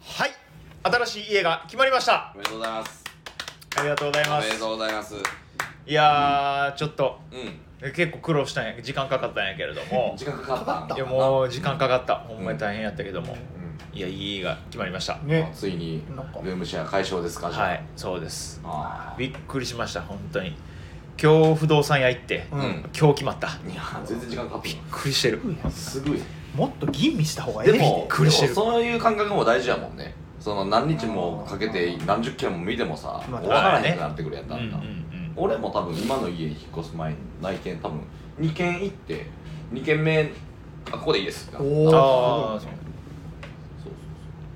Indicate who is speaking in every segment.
Speaker 1: はい新しい家が決まりました
Speaker 2: おめでとうございます
Speaker 1: ありがとうござい
Speaker 2: お
Speaker 1: ま
Speaker 2: めですとうございます
Speaker 1: いやーちょっと
Speaker 2: うん
Speaker 1: え結構苦労したんや時間かかったんやけれども
Speaker 2: 時間かかった
Speaker 1: いやもう時間かかったほんまに大変やったけども、いやいい家が決まりました
Speaker 2: うん
Speaker 3: ね
Speaker 2: ついにル
Speaker 3: なんか
Speaker 2: ームシェア解消ですかじゃあ
Speaker 1: はいそうです
Speaker 2: あ
Speaker 1: びっくりしました本当に今日不動産屋行って、
Speaker 3: うん
Speaker 1: 今日決まったび
Speaker 2: あいや全然時間かかった
Speaker 1: っくりしてる
Speaker 2: なすごい
Speaker 3: もっと吟味した方がいい
Speaker 2: で
Speaker 1: びっ
Speaker 2: も
Speaker 1: くりしてる
Speaker 2: でもそういう感覚も大事やもんねその何日もかけて何十件も見てもさ
Speaker 3: まあ
Speaker 2: 終わらへんくなってくるやった
Speaker 1: うんうんん
Speaker 2: だ
Speaker 1: うん
Speaker 2: 俺も多分今の家に引っ越す前に内見多分2軒行って2軒目あここでいいですってなった
Speaker 3: おー
Speaker 1: ああ
Speaker 3: す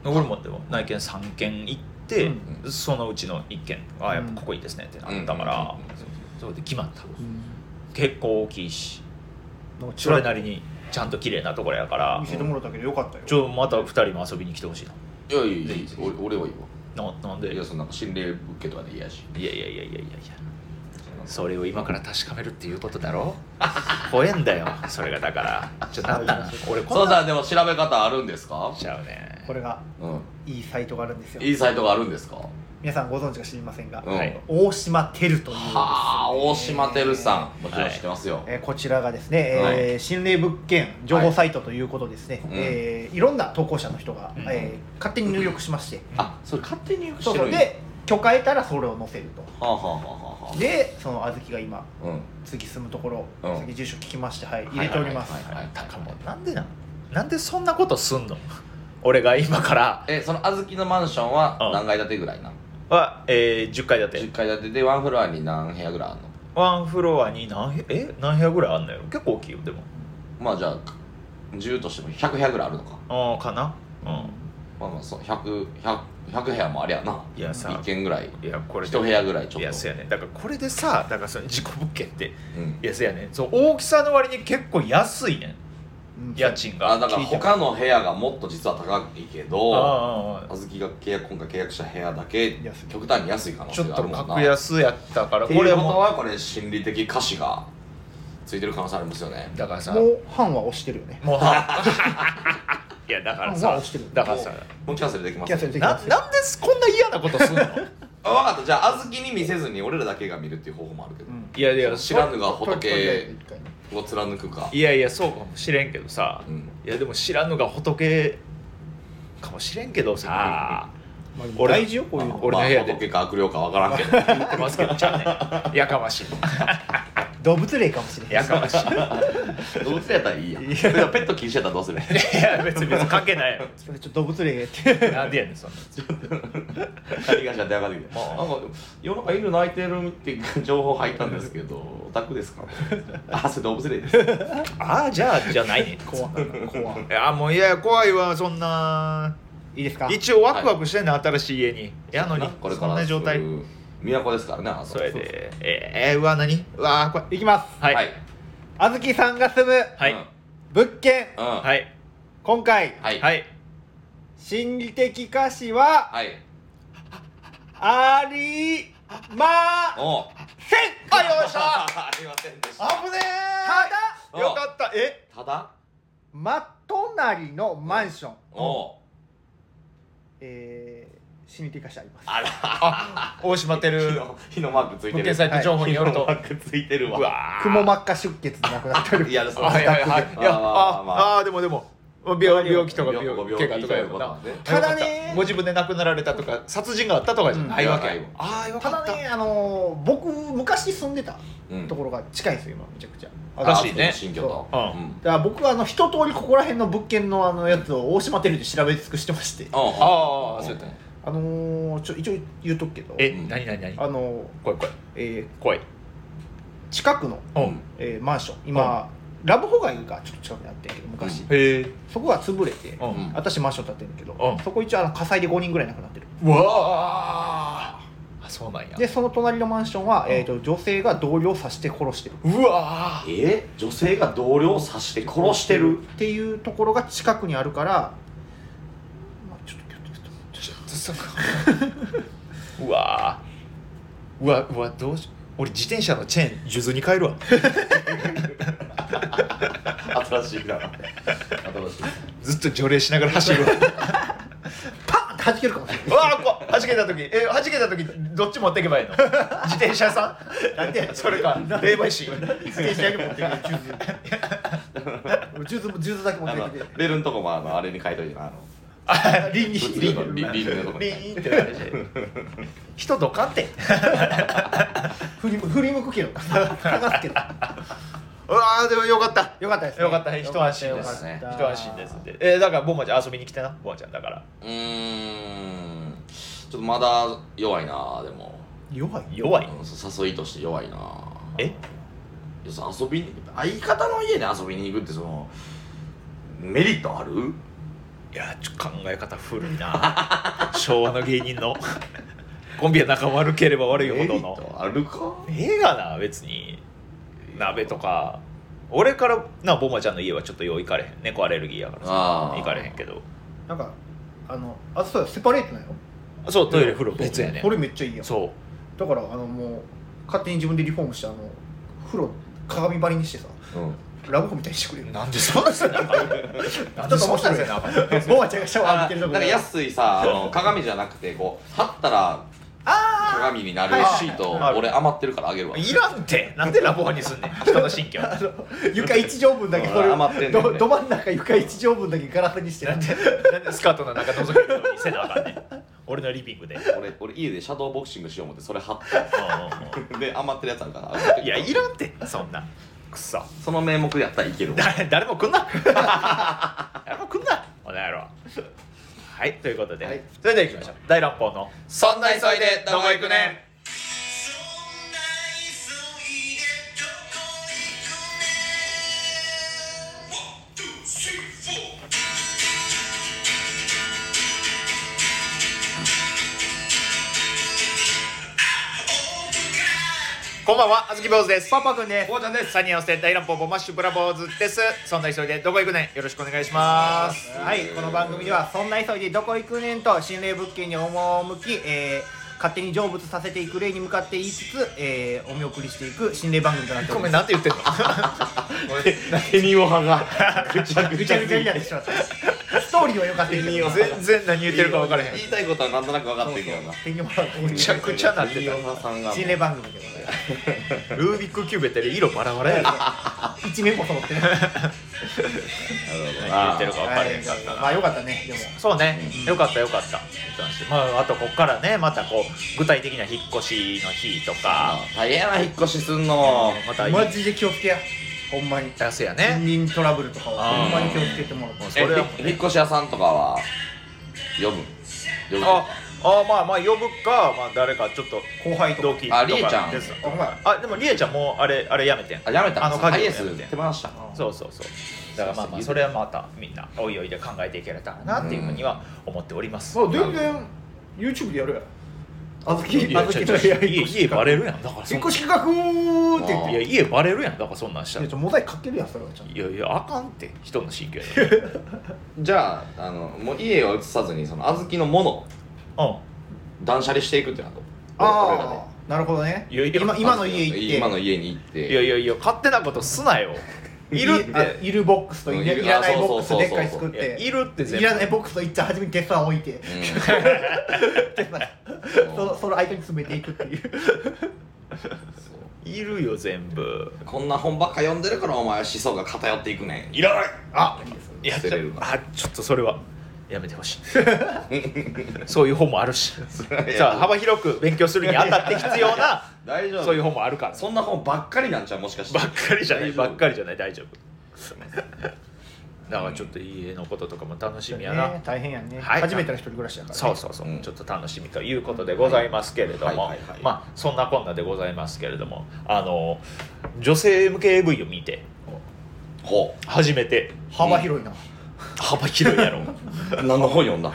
Speaker 2: そう
Speaker 1: 俺もでも内見3件行って、
Speaker 2: う
Speaker 1: そのうちの1件ああやっぱ
Speaker 3: うん
Speaker 1: ここいいですねってな
Speaker 2: そうそう
Speaker 1: ったから、
Speaker 2: うんうんうんそう
Speaker 1: それで決まった
Speaker 3: うん
Speaker 1: 結構大きいし
Speaker 3: なんかち
Speaker 1: そ
Speaker 3: ら
Speaker 1: れ
Speaker 3: っ
Speaker 1: なりにちゃんと綺麗なところやから
Speaker 3: と見せてもらったけどよかったよ
Speaker 1: ちょまた2人も遊びに来てほしい
Speaker 2: そういやいやいや俺俺はいいわ
Speaker 1: なななんでい
Speaker 2: い
Speaker 1: や
Speaker 2: や
Speaker 1: い
Speaker 2: そのなんか心霊物件とかでいいやし
Speaker 1: やいやいやいやいやそれを今から確かめるっていうことだろ怖えんだよそれがだからちょっとなんなん俺こ
Speaker 2: そ
Speaker 1: ん
Speaker 2: う
Speaker 1: な
Speaker 2: だでも調べ方あるんですか
Speaker 1: んちゃうね
Speaker 3: これが
Speaker 2: う
Speaker 3: いいサイトがあるんですよ
Speaker 2: んいいサイトがあるんですか
Speaker 3: 皆さんご存知か知りませんが、
Speaker 2: うん
Speaker 1: はい
Speaker 3: 大島テルというですね、
Speaker 2: はあ大島てるさんもちろん知ってますよ、
Speaker 3: えーこちらがですね、えー
Speaker 2: は
Speaker 3: 心霊物件情報サイトということですね、
Speaker 2: うん
Speaker 3: いえーいろんな投稿者の人が、
Speaker 1: うん
Speaker 3: えー勝手に入力しまして、
Speaker 2: あそれ勝手に入力し
Speaker 3: そう
Speaker 2: て
Speaker 3: そ
Speaker 2: る
Speaker 3: うん
Speaker 2: や
Speaker 3: で許可得たらそれを載せると
Speaker 2: はあはあはあはあ
Speaker 3: でその小豆が今
Speaker 2: うん
Speaker 3: 次住むところ、
Speaker 2: うん
Speaker 3: 次住所聞きましてはい入れております、
Speaker 2: はいはいはいはい
Speaker 1: だからもうなんでなんなんでそんなことすんの俺が今から
Speaker 2: えその小豆のマンションは
Speaker 1: うん
Speaker 2: 何階建てぐらいな
Speaker 1: は、えー、10階建て
Speaker 2: 10階建てでワンフロアに何部屋ぐらいあんの
Speaker 1: ワンフロアに何部え何部屋ぐらいあんのよ結構大きいよでも
Speaker 2: まあじゃあ10としても100部屋ぐらいあるのか
Speaker 1: ああかなうん
Speaker 2: まあまあそう 100, 100, 100部屋もありゃない
Speaker 1: やさ
Speaker 2: 1軒ぐらい
Speaker 1: いやこれで
Speaker 2: 1部屋ぐらいちょ
Speaker 1: い
Speaker 2: っ
Speaker 1: や
Speaker 2: と
Speaker 1: せやねだからこれでさだからその自己物件って
Speaker 2: うん
Speaker 1: いやせやねその大きさの割に結構安いねん
Speaker 3: うん
Speaker 1: 家賃が
Speaker 2: あだから他の部屋がもっと実は高いけ
Speaker 1: ああ
Speaker 2: ど
Speaker 1: あああ
Speaker 2: 小豆が契約今回契約した部屋だけ
Speaker 3: 安い
Speaker 2: 極端に安い可
Speaker 1: あ
Speaker 2: 能
Speaker 1: ちょ
Speaker 2: 性
Speaker 1: っ
Speaker 2: があ
Speaker 1: と
Speaker 2: るもんな
Speaker 1: 格安やったから
Speaker 2: って
Speaker 1: こ
Speaker 2: い
Speaker 1: れ
Speaker 2: うこと
Speaker 1: も
Speaker 2: はこれ心理的歌詞がついてる可能性ありますよね
Speaker 1: だからさ
Speaker 3: も
Speaker 1: も
Speaker 3: う版は押してるよ ね
Speaker 1: う いやだから
Speaker 3: まあ
Speaker 1: さ
Speaker 3: 落ちてる
Speaker 1: だからさ
Speaker 2: もうキャンセルできます
Speaker 3: キャンセルでき
Speaker 1: な
Speaker 3: ま
Speaker 1: なん
Speaker 3: す
Speaker 1: でこんな嫌なことすん の
Speaker 2: あ分かったじゃあ小豆に見せずに俺らだけが見るっていう方法もあるけど、
Speaker 3: うん
Speaker 1: いやいや
Speaker 2: 知らぬが
Speaker 3: とりあえず
Speaker 2: 仏
Speaker 3: 一回ね
Speaker 2: を貫くか
Speaker 1: いやいやそうかもしれんけどさ、
Speaker 2: うん
Speaker 1: いやでも知らぬが仏かもしれんけどさ、
Speaker 3: まあでも
Speaker 1: 俺
Speaker 3: 大事よこういう
Speaker 1: あ
Speaker 3: の
Speaker 1: 俺の部屋で
Speaker 2: まあ、仏か悪霊か分からんけど
Speaker 1: 言ってますけどちゃうねんやかましい
Speaker 3: 動物霊かもしれない
Speaker 1: やかましい
Speaker 2: 動物やったらいいやんでもペット禁止やったらどうする
Speaker 1: いや別に別に関係ないやろ
Speaker 3: ちょっと動物霊って
Speaker 1: なんでやねんそんな
Speaker 2: 何がしら電話かかってきてなんか世の中犬鳴いてるっていう情報入ったんですけど オタクです かあそれ動物霊です
Speaker 1: ああじゃあじゃないねん
Speaker 3: 怖い怖い
Speaker 1: いやもういや怖いわそんない
Speaker 3: いですか
Speaker 1: 一応ワクワクしてんねん新しい家にやのに
Speaker 2: これか
Speaker 1: そん
Speaker 2: ら
Speaker 1: な状態
Speaker 2: そういう都ですからねあ
Speaker 1: それでえー、うわ何うわー怖い
Speaker 3: いきます
Speaker 1: はい
Speaker 2: は
Speaker 1: はいい
Speaker 3: あずきさんが住む
Speaker 1: はい
Speaker 2: うん
Speaker 3: 物件、
Speaker 2: うん
Speaker 1: は
Speaker 2: はい
Speaker 3: 今回、
Speaker 2: い
Speaker 1: はいい
Speaker 3: 心理的歌詞は
Speaker 2: はい
Speaker 3: ありま
Speaker 2: おう
Speaker 3: せん
Speaker 1: あよいしょ
Speaker 2: ありませんでした
Speaker 1: 危ね
Speaker 2: う
Speaker 1: え
Speaker 2: ん
Speaker 1: よかったえ
Speaker 2: ただ
Speaker 3: ま隣のマンション、
Speaker 2: おう
Speaker 3: えー、心理的歌詞あります
Speaker 2: あら
Speaker 1: 大島て
Speaker 2: 火
Speaker 1: る
Speaker 2: の火のマークついて
Speaker 1: 物
Speaker 2: る
Speaker 1: 件サイト情報による
Speaker 2: 火の
Speaker 1: と
Speaker 2: マークついてるわ
Speaker 1: うわー
Speaker 3: くも膜下出血で亡くなってる
Speaker 2: いやそう
Speaker 1: あはいはいはい
Speaker 2: 自宅
Speaker 1: い
Speaker 2: で
Speaker 1: や
Speaker 2: まあまあまあ
Speaker 1: ああーでもでも病病気とか
Speaker 2: 病
Speaker 1: 病
Speaker 2: 病
Speaker 1: 気怪我とかや
Speaker 2: と
Speaker 1: もん
Speaker 2: かは
Speaker 1: な
Speaker 2: ね
Speaker 3: ただね
Speaker 1: ご自分で亡くなられたとか殺人があったとかじゃないわけ、
Speaker 2: うん
Speaker 1: ああよ
Speaker 3: た
Speaker 1: か
Speaker 3: だ
Speaker 1: った
Speaker 3: ねあのー僕昔住んでた
Speaker 2: うん
Speaker 3: ところが近いんですよ今めちゃくちゃ
Speaker 2: あ
Speaker 1: らしいね
Speaker 2: 新居と
Speaker 1: そう
Speaker 2: うん
Speaker 3: だから僕はあの一通りここら辺の物件のあのやつを大島テレビで調べ尽くしてまして
Speaker 1: ああそうやった
Speaker 3: あのー、ちょ一応言うとくけど
Speaker 1: え
Speaker 2: うん
Speaker 1: 何何何
Speaker 3: あのー
Speaker 1: 怖い怖い
Speaker 3: え
Speaker 1: 怖い
Speaker 3: ー近くの、
Speaker 1: うん
Speaker 2: うん
Speaker 3: えーマンション今、ラブホ街がちょっと近くにあってんけど昔、
Speaker 2: うん
Speaker 1: へえ
Speaker 3: そこが潰れて、
Speaker 1: うん
Speaker 3: 私マンション建ってんけど、
Speaker 1: うん
Speaker 3: そこ一応あの火災で5人ぐらい亡くなってる
Speaker 1: うわああそうなんや
Speaker 3: でその隣のマンションは、
Speaker 1: うん
Speaker 3: えー、と女性が同僚を刺して殺してる
Speaker 1: うわあ
Speaker 2: え女性が同僚を刺して殺してる
Speaker 3: っていうところが近くにあるから、まあ、ちょっとちょっとちょっ
Speaker 1: ちょ
Speaker 3: と
Speaker 1: っとそこうわあうわうわどうし俺自転車のチェーン数珠に変えるわ
Speaker 2: 新しいな新しい
Speaker 1: ずっと除霊しながら走るわ
Speaker 3: パンって弾けるかもしれないう
Speaker 1: わあこう弾けた時え弾けた時どっち持ってけ ばいいの自転車さん
Speaker 3: なんでやねん
Speaker 1: それか霊媒師
Speaker 3: 自転車に持ってくるジューズジューズもジューズだけ持
Speaker 2: あ
Speaker 3: っ
Speaker 2: の
Speaker 3: てきて
Speaker 2: ベルのとこもあのあれに書いといてなあの
Speaker 3: リンに
Speaker 2: リンリンリンのとこ
Speaker 1: ビ
Speaker 2: に
Speaker 1: ーンってなるし人どかんて
Speaker 3: 振り振り向くけど探すけど
Speaker 1: うわあでもよかった
Speaker 3: よかったですね
Speaker 1: よかった一安心です
Speaker 2: ね
Speaker 3: よかった
Speaker 1: 一安心ですってえーだからボンマちゃん遊びに来てなボンマちゃんだから
Speaker 2: うーんちょっとまだ弱いなでも
Speaker 3: 弱い
Speaker 1: 弱い
Speaker 2: うん誘いとして弱いな
Speaker 1: え
Speaker 2: 要するに遊びに相方の家で遊びに行くってそのメリットある
Speaker 1: いやちょっと考え方古い な昭和の芸人のコンビは仲悪ければ悪いほ
Speaker 2: メリ
Speaker 1: ど
Speaker 2: ッ
Speaker 1: の
Speaker 2: トあるか
Speaker 1: 映画な別に鍋とか俺からなボンマちゃんの家はちょっとよう行かれへん猫アレルギーやからさ
Speaker 2: あー
Speaker 1: 行かれへんけど
Speaker 3: なんかあのあそうやセパレートなんよ
Speaker 1: そうトイレ風呂別やね
Speaker 3: これめっちゃいいやん
Speaker 1: そう
Speaker 3: だからあのもう勝手に自分でリフォームしてあの風呂鏡張りにしてさ
Speaker 2: うん
Speaker 3: ラブホみたいにしてくれる
Speaker 1: なんでそんな せなあかんなんでそんなせなあかん
Speaker 3: ボアちゃんがシャワー
Speaker 2: あ
Speaker 3: 浴びてる
Speaker 2: な
Speaker 3: と
Speaker 2: ん
Speaker 3: こ
Speaker 2: か安いさあの鏡じゃなくてこう貼ったら鏡になるシート
Speaker 1: はいはいはい
Speaker 2: 俺余ってるからあげるわ
Speaker 1: いらんてなんでラボにすんねん人の 新居
Speaker 3: あの床一畳分だけこれ
Speaker 2: ほら余ってんねんね
Speaker 3: どど真ん中床一畳分だけガラスにしてる
Speaker 1: なんでなんでスカートの中覗けるようにせなあかんねん俺のリビングでうんうん
Speaker 2: 俺俺家でシャドーボクシングしよう思ってそれ貼っ
Speaker 1: う
Speaker 2: てで余ってるやつあるから
Speaker 1: んいやいらんてそんなくそ
Speaker 2: その名目でやったらいけるわ
Speaker 1: 誰誰も来んな 誰も来んなこの野郎はいということで、
Speaker 2: はい
Speaker 1: それではいきましょう大乱暴の
Speaker 2: そんな急いでどこ行くねん
Speaker 1: こんばんはあずき坊主ですパパくんです坊ちゃんですサニーのステ大乱暴ボマッシュブラボーズですそんな急いでどこ行くねんよろしくお願いします
Speaker 3: はい、この番組ではそんな急いでどこ行くねんと心霊物件に赴き、えー勝手に成仏させていく例に向かって言いつつ、えーお見送りしていく心霊番組となってお
Speaker 1: ご
Speaker 3: り
Speaker 1: め
Speaker 3: ま
Speaker 1: ん
Speaker 3: す。
Speaker 1: なんて言ってんの
Speaker 2: ケニオ派がぐちゃ
Speaker 3: ぐ
Speaker 2: ぐ
Speaker 3: ち
Speaker 2: ちゃ
Speaker 3: ゃぐちゃになってしまった。ストーリーは良かったけど。
Speaker 1: 全然何言ってるか分からへん
Speaker 2: 言いたいことはなんとなく分かってるけどな
Speaker 3: 手にもらう
Speaker 1: めちゃくちゃなってた
Speaker 2: ケニオ派さんが
Speaker 3: 心霊番組でございます。
Speaker 1: ルービックキューベって色バラバラやな
Speaker 3: 一面も揃ってね。
Speaker 1: 何言ってるか分から
Speaker 3: は
Speaker 1: へ
Speaker 3: い
Speaker 1: んかったな
Speaker 3: まあ良かったね。でも
Speaker 1: そうね、よかったよかったまああとこっからねまたこう具体的な引っ越しの日とか
Speaker 2: あ大変やな引っ越しすんの
Speaker 1: またいい
Speaker 3: マジで気をつけや。ほんまに。
Speaker 1: 出すやね
Speaker 3: 近隣トラブルとかは
Speaker 1: あー
Speaker 3: ほんまに気をつけてもらって。
Speaker 1: そ
Speaker 2: え
Speaker 1: れは
Speaker 2: 引っ越し屋さんとかは呼ぶ呼ぶ
Speaker 1: ああまあまあ呼ぶか、まあ、誰かちょっと
Speaker 3: 後輩と
Speaker 1: 同
Speaker 3: か。
Speaker 1: 期と
Speaker 2: あ
Speaker 1: か
Speaker 2: りえちゃん
Speaker 1: です
Speaker 3: あほんまや。
Speaker 1: あでもりえちゃんもうあれあれやめてん
Speaker 2: あやめた
Speaker 1: あの鍵を
Speaker 2: ハイエ
Speaker 1: や
Speaker 2: ー
Speaker 1: め
Speaker 2: ス
Speaker 1: て
Speaker 2: 手放した
Speaker 1: そうそうそうだからまあまあそれはまたみんなおいおいで考えていけれたらなっていうふうには思っております、
Speaker 3: そう全然 YouTube でやるやん。あずき
Speaker 1: いや
Speaker 3: あずき
Speaker 1: ちょ
Speaker 3: の
Speaker 1: ちょ
Speaker 3: 部屋
Speaker 1: 家家バレるやんだからそ
Speaker 3: 引
Speaker 1: ん
Speaker 3: っ越し企画って言って
Speaker 1: いや家バレるやんだからそんなんした
Speaker 3: い
Speaker 1: ら
Speaker 3: やちょモザイクかけるやんそれはちゃんと
Speaker 1: いやいやあかんって人の神経
Speaker 2: じゃああのもう家を移さずにその小豆のもの
Speaker 1: うん
Speaker 2: 断捨離していくってなと俺らで
Speaker 3: ああなるほどね
Speaker 1: いやいや
Speaker 3: 今今の家行って
Speaker 2: 今の家に行って
Speaker 1: いやいやいや勝手なことすなよいるっ
Speaker 3: あ
Speaker 1: て
Speaker 3: いるボックスとい
Speaker 2: うんい
Speaker 3: る
Speaker 2: る
Speaker 3: いらない
Speaker 2: あそう
Speaker 3: ボックス
Speaker 2: そうそう
Speaker 3: で
Speaker 2: そう
Speaker 3: っかい作って
Speaker 1: いるって全
Speaker 3: い
Speaker 1: 部
Speaker 3: らないボックスを一旦初めに鉄板置いてそのその間に詰めていくっていう
Speaker 1: いるよ全部
Speaker 2: うんこんな本ばっか読んでるからお前は思想が偏っていくねんいらない
Speaker 3: あいいですね
Speaker 1: いや
Speaker 2: 捨てれるな
Speaker 1: あちょっとそれはやめてほしいそういう本もあるしさあ幅広く勉強するにあたって必要な
Speaker 2: 大丈夫
Speaker 1: そういう本もあるから
Speaker 2: そんな本ばっかりなんちゃうもしかして
Speaker 1: ばっかりじゃない
Speaker 2: 大丈夫
Speaker 1: ばっかりじゃない大丈夫だからちょっと家のこととかも楽しみやな、
Speaker 3: ね大変やんね
Speaker 1: はい
Speaker 3: 初めての一人暮らしやからね
Speaker 1: そうそうそう、
Speaker 2: うん
Speaker 1: ちょっと楽しみということでございますけれども、
Speaker 2: はいはいはい
Speaker 1: まあそんなこんなでございますけれどもあの女性向け AV を見て
Speaker 2: ほ
Speaker 1: 初めて
Speaker 3: 幅広いな
Speaker 1: 幅広い やろ
Speaker 2: う何の本読んだ
Speaker 1: い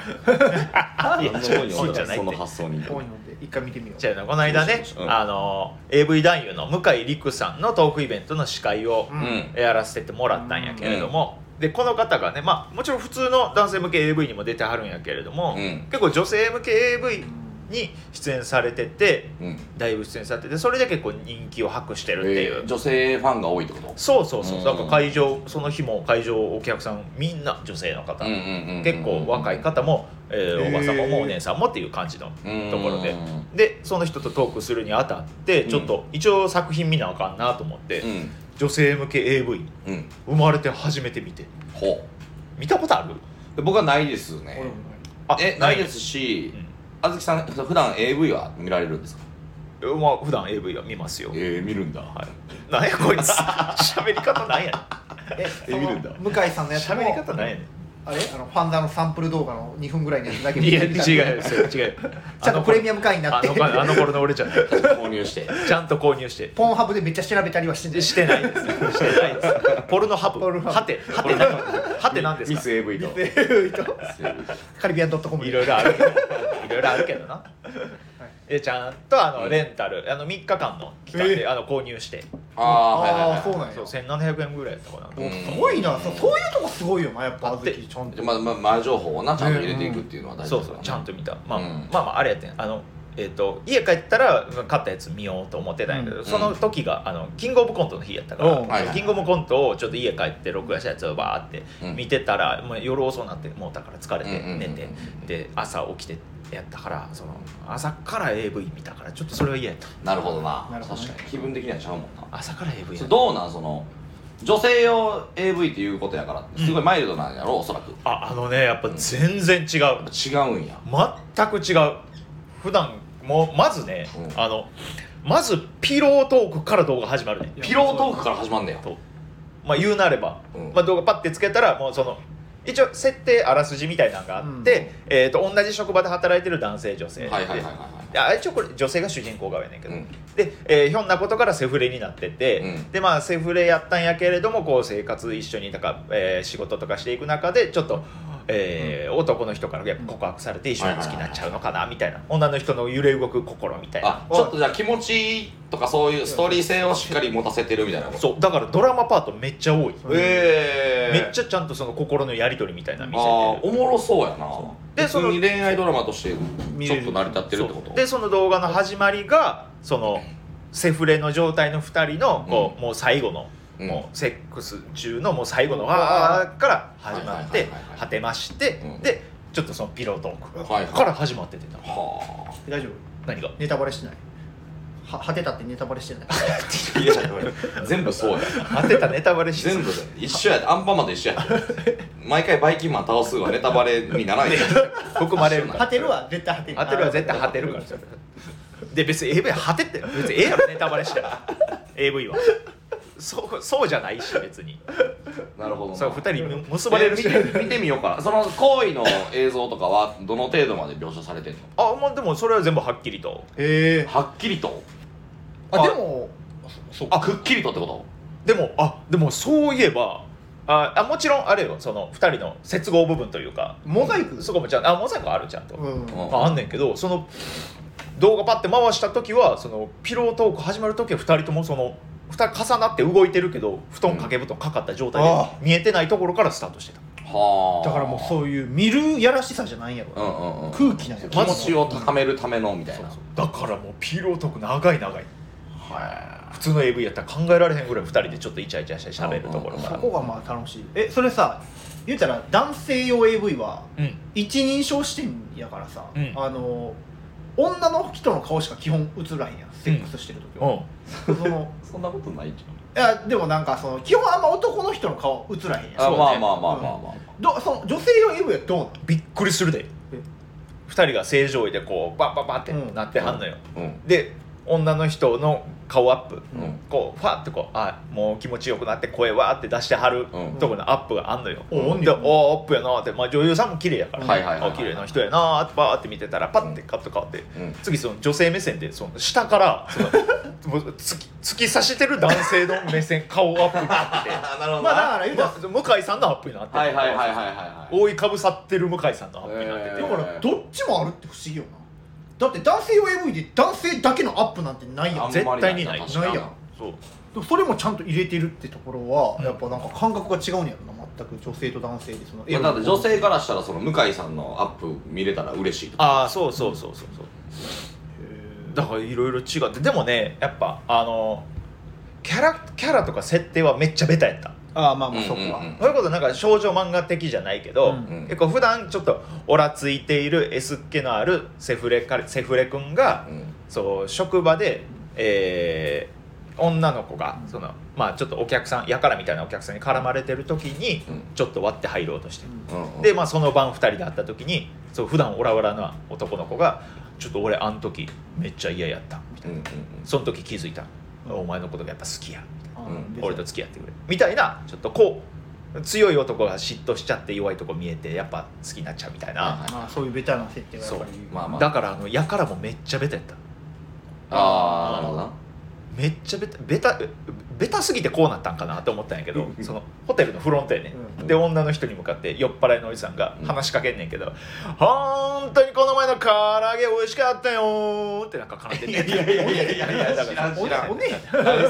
Speaker 2: 何の
Speaker 1: や
Speaker 2: 本
Speaker 1: そう
Speaker 2: 読
Speaker 1: そ
Speaker 2: ん
Speaker 1: うじゃな
Speaker 2: だ
Speaker 1: い
Speaker 2: そ
Speaker 1: っ
Speaker 2: の
Speaker 1: て
Speaker 2: 発想に
Speaker 3: 多いので一回見てみよう
Speaker 1: じゃあこの間ね、
Speaker 2: うん
Speaker 1: あの AV 男優の向井陸さんのトークイベントの司会を
Speaker 3: う
Speaker 2: うん
Speaker 3: ん
Speaker 1: やらせてもらったんやけれども、でこの方がねまあもちろん普通の男性向け AV にも出てはるんやけれども、
Speaker 2: うん
Speaker 1: 結構女性向け AV
Speaker 3: うん
Speaker 1: に出演されてて、
Speaker 2: うん
Speaker 1: だいぶ出演されててそれで結構人気を博してるっていう、
Speaker 2: えー女性ファンが多いってこと
Speaker 1: そうそうそう、
Speaker 2: うん
Speaker 1: なんか会場その日も会場お客さんみんな女性の方、
Speaker 2: うんうんうんうん
Speaker 1: 結構若い方も、えー
Speaker 3: へー
Speaker 1: おばさまもお姉さんもっていう感じのところで、
Speaker 2: うん
Speaker 1: でその人とトークするにあたってちょっと、一応作品見なあかんなと思って、
Speaker 2: うん
Speaker 1: 女性向け AV
Speaker 2: うん
Speaker 1: 生まれて初めて見て
Speaker 2: ほ
Speaker 1: 見たことある
Speaker 2: うで僕はないですね
Speaker 3: 俺も
Speaker 1: あ
Speaker 2: えないですし、
Speaker 1: うん
Speaker 2: あずきさん普段 AV は見られるんですか
Speaker 1: えまあ普段 AV は見ますよ、
Speaker 2: えー、見るんだ、
Speaker 1: はい、なんやこいつ喋り方なんやね
Speaker 3: えそ
Speaker 2: え見るんだ
Speaker 3: の向井さんの
Speaker 1: ん
Speaker 3: やつも
Speaker 1: 喋り方なんやね
Speaker 3: あれあのファンザのサンプル動画の2分ぐらいのやつだけ
Speaker 1: んいや違う
Speaker 3: 見
Speaker 1: よ
Speaker 3: てみた
Speaker 1: それ違うよ
Speaker 3: ちゃんとプレミアム会員になって
Speaker 1: あの頃あの頃の俺じゃない
Speaker 2: 購 入して
Speaker 1: ちゃんと購入して
Speaker 3: ポンハブでめっちゃ調べたりはしてんじゃない
Speaker 1: してないです してないですポルノハブ
Speaker 3: ポルノハブ
Speaker 1: はてはてなはてなんです
Speaker 2: ミ
Speaker 1: か
Speaker 2: ス AV とミス
Speaker 3: AV と
Speaker 2: AV
Speaker 3: カリビアンドットコム
Speaker 1: いろいろあるけどいろいろあるけどな、でちゃんとあのレンタルあの3日間の期間で、
Speaker 3: え
Speaker 1: あの購入して
Speaker 2: ああはいはい、はい、
Speaker 3: あーそうなんや
Speaker 1: そう1700円ぐらいやったかな、
Speaker 2: うん
Speaker 3: すごいなそそういうとこすごいよなやっぱ
Speaker 1: だ
Speaker 3: あ
Speaker 1: っ
Speaker 3: ず
Speaker 1: て
Speaker 3: きちゃんと
Speaker 2: まあ、まあ、前情報をなちゃんと入れていくっていうのは大事
Speaker 1: そう
Speaker 2: だか
Speaker 1: そ
Speaker 2: ら
Speaker 1: う
Speaker 2: ね
Speaker 1: ちゃんと見た、まあ
Speaker 2: うん
Speaker 1: まあまああれやってんあのえっ、と家帰ったらうん買ったやつ見ようと思ってたんやけど、
Speaker 2: うん
Speaker 1: その時があのキングオブコントの日やったか
Speaker 3: うん
Speaker 2: はい
Speaker 1: ら
Speaker 2: はい
Speaker 1: キングオブコントをちょっと家帰って録画したやつをバーって見てたら、もう夜遅くなってもうだから疲れて
Speaker 2: うん
Speaker 1: 寝て、で朝起きてやったからその朝から AV 見たからちょっとそれは嫌やった
Speaker 2: なるほどな
Speaker 3: なるほどね
Speaker 2: 確かに気分的にはちゃうもんな
Speaker 1: 朝から AV や
Speaker 2: それ
Speaker 1: った
Speaker 2: どうなんその女性用 AV っていうことやからすごいマイルドなんやろおそらく
Speaker 1: ああのねやっぱ全然違う
Speaker 2: 違うんや
Speaker 1: 全く違う普段もうまずね、
Speaker 2: うん
Speaker 1: あのまずピロートークから動画始まるね
Speaker 3: いや
Speaker 2: ピロートークから始まんねや
Speaker 1: とまあ言うなれば、
Speaker 2: うん
Speaker 1: まあ、動画パッてつけたらもうその一応設定あらすじみたいなのがあって、えー、と同じ職場で働いてる男性女性、
Speaker 2: はいはいはいはい
Speaker 1: であ一応これ女性が主人公側やねんけど、
Speaker 2: うん
Speaker 1: で、えーひょんなことからセフレになってて、
Speaker 2: うん
Speaker 1: でまあセフレやったんやけれどもこう生活一緒にとか、えー仕事とかしていく中でちょっと、えー男の人からやっぱ告白されて一緒に好きになっちゃうのかなみたいな女の人の揺れ動く心みたいな
Speaker 2: あちょっとじゃあ気持ちとかそういうストーリー性をしっかり持たせてるみたいなこと
Speaker 1: そうだからドラマパートめっちゃ多い、
Speaker 3: う
Speaker 2: ええ
Speaker 1: めっちゃちゃんとその心のやり取りみたいなの見
Speaker 2: あ
Speaker 1: せて
Speaker 2: あ
Speaker 1: る
Speaker 2: おもろそうやな
Speaker 1: で
Speaker 2: で
Speaker 1: そ
Speaker 2: そ
Speaker 1: の
Speaker 2: の恋愛ドラマとして
Speaker 3: 見
Speaker 2: ち
Speaker 3: れ
Speaker 2: ょ
Speaker 3: る
Speaker 2: っと成り立ってるってこ
Speaker 1: そう
Speaker 2: と
Speaker 1: でその動画の始まりがそのセフレの状態の2人のこう、もう最後の、
Speaker 2: うん
Speaker 1: もうセックス中のもう最後の「
Speaker 3: うん
Speaker 1: あーから始まっ
Speaker 2: はい
Speaker 1: て
Speaker 2: はいはいはい
Speaker 1: 果てまして、
Speaker 2: うん
Speaker 1: でちょっとそのピロートーク
Speaker 2: はいはい
Speaker 1: から始まっててた
Speaker 2: は
Speaker 3: 大丈夫
Speaker 1: 何が
Speaker 3: ネタバレしてないは果てたってネタバレしてない
Speaker 2: あいや全部そうや
Speaker 1: 当てたネタバレし
Speaker 2: 全部一緒やでアンパンマンと一緒やで毎回バイキンマン倒すはネタバレにならない
Speaker 1: 含まれるから
Speaker 3: 果てるは絶対果てる
Speaker 1: 当てるは絶対果てるからで別に AV 果てって別にええやろネタバレしたら AV はそうそうじゃないし別に
Speaker 2: なるほどな
Speaker 1: そう2人む結ばれるし、
Speaker 2: え見て見てみようかなその行為の映像とかはどの程度まで描写されてんの
Speaker 1: あまあでもそれは全部はっきりと
Speaker 3: へえ
Speaker 2: はっきりと
Speaker 3: あでも
Speaker 1: そう
Speaker 2: あくっきりとってこと
Speaker 1: でもあでもそういえばああもちろんあれよその2人の接合部分というか
Speaker 3: モザイク
Speaker 1: そこもちゃんあモザイクあるちゃんと、
Speaker 3: うん
Speaker 2: うん
Speaker 1: ああんねんけどその動画パッて回した時はそのピロートーク始まる時は2人ともその2人重なって動いてるけど布団掛け布団かかった状態
Speaker 3: うんあ
Speaker 1: で見えてないところからスタートしてた
Speaker 2: はあ
Speaker 3: だからもうそういう見るやらしさじゃないんや
Speaker 2: う
Speaker 3: ろ
Speaker 2: んうんうん
Speaker 3: 空気なんや
Speaker 2: 気持ちを高めるためのみたいな
Speaker 1: だからもうピロートーク長い長い
Speaker 2: は
Speaker 1: 普通の AV やったら考えられへんぐらい2人でちょっとイチャイチャして喋るところか
Speaker 3: そ
Speaker 1: ら
Speaker 3: こがまあ楽しいえそれさ言うたら男性用 AV は
Speaker 1: うん
Speaker 3: 一人称視点やからさ、
Speaker 1: うん
Speaker 3: あの女の人の顔しか基本映らへんやんセックスしてる時
Speaker 1: う
Speaker 3: は、
Speaker 1: ん
Speaker 3: その
Speaker 2: そんなことないじ
Speaker 3: いやでもなんかその基本あんま男の人の顔映らへんや
Speaker 2: ゃんあ、
Speaker 1: そ
Speaker 3: ん
Speaker 1: うね
Speaker 2: まあまあまあまあまあ、
Speaker 3: どその女性用 AV はどうなの
Speaker 1: びっくりするで
Speaker 3: え
Speaker 1: 2人が正常位でこうバッバッバッって
Speaker 3: うん
Speaker 1: なってはんのよ、
Speaker 2: うん
Speaker 1: で女の人の顔アップ、
Speaker 2: うん
Speaker 1: こうファーってこうあもう気持ちよくなって声わーって出してはる、
Speaker 2: うん
Speaker 1: とこのアップがあんのよ、
Speaker 3: おおんね
Speaker 1: で
Speaker 3: や
Speaker 1: おおアップやなーって、まあ、女優さんも綺麗やから、
Speaker 2: はいはいはいはい
Speaker 1: あ綺麗な人やなーってバーって見てたらパッてカット変わって、
Speaker 2: うん
Speaker 1: 次その女性目線でその 下からそのもう突き突き刺してる男性の目線顔アップになってて
Speaker 2: あなるほ
Speaker 3: まあだから言うたら
Speaker 1: まあ向井さんのアップになってて
Speaker 2: はいはいはいはいはいはい
Speaker 1: 覆いかぶさってる向井さんのアップになってて、
Speaker 2: えー
Speaker 3: だからどっちもあるって不思議よなだって男性用 AV で男性だけのアップなんてないやん
Speaker 2: あん
Speaker 3: で
Speaker 1: 絶対にない
Speaker 2: まり確か
Speaker 3: ない
Speaker 2: に
Speaker 3: やん
Speaker 1: そう
Speaker 3: もそれもちゃんと入れてるってところは、
Speaker 1: うん
Speaker 3: やっぱなんか感覚が違うんやろな全く女性と男性でその
Speaker 2: まあだって女性からしたらその向井さんのアップ見れたら嬉しいと
Speaker 1: ああそうそうそうそうそうだからいろいろ違ってでもねやっぱあのキャラキャラとか設定はめっちゃベタやった
Speaker 3: ああまあまあ
Speaker 2: うん
Speaker 3: そこは、
Speaker 2: うんうん
Speaker 1: それこそなんか少女漫画的じゃないけ
Speaker 3: う
Speaker 1: ど、
Speaker 3: ん
Speaker 1: 結構普段ちょっとオラついている S っ気のあるセフレかセフレ君が、そう職場で、えー女の子がその、まあ、ちょっとお客さんやからみたいなお客さんに絡まれてる時に
Speaker 2: うん
Speaker 1: ちょっと割って入ろうとして
Speaker 3: うん
Speaker 1: で、まあ、その晩2人で会った時にそう普段オラオラな男の子が「ちょっと俺あの時めっちゃ嫌やった」その時気づいた「お前のことがやっぱ好きや」
Speaker 2: うん
Speaker 1: 俺と付き合ってくれみたいなちょっとこう強い男が嫉妬しちゃって弱いとこ見えてやっぱ好きになっちゃうみたいな、
Speaker 2: はいはい
Speaker 3: まあそういうベタな設定はやっぱり
Speaker 2: そうまあまあ
Speaker 1: だからあのやからもめっちゃベタやった
Speaker 2: ああなるほどな
Speaker 1: めっちゃベタベタベタすぎてこうなったんかなと思ったんやけどそのホテルのフロントやね、
Speaker 2: うん
Speaker 1: で女の人に向かって酔っ払いのおじさんが
Speaker 2: うん
Speaker 1: 話しかけんねんけど「本当にこの前の唐揚げ美味しかったよー」ってなんか絡んでんねん
Speaker 2: いやいやいやいやいや
Speaker 1: だから
Speaker 2: 知らん
Speaker 3: おね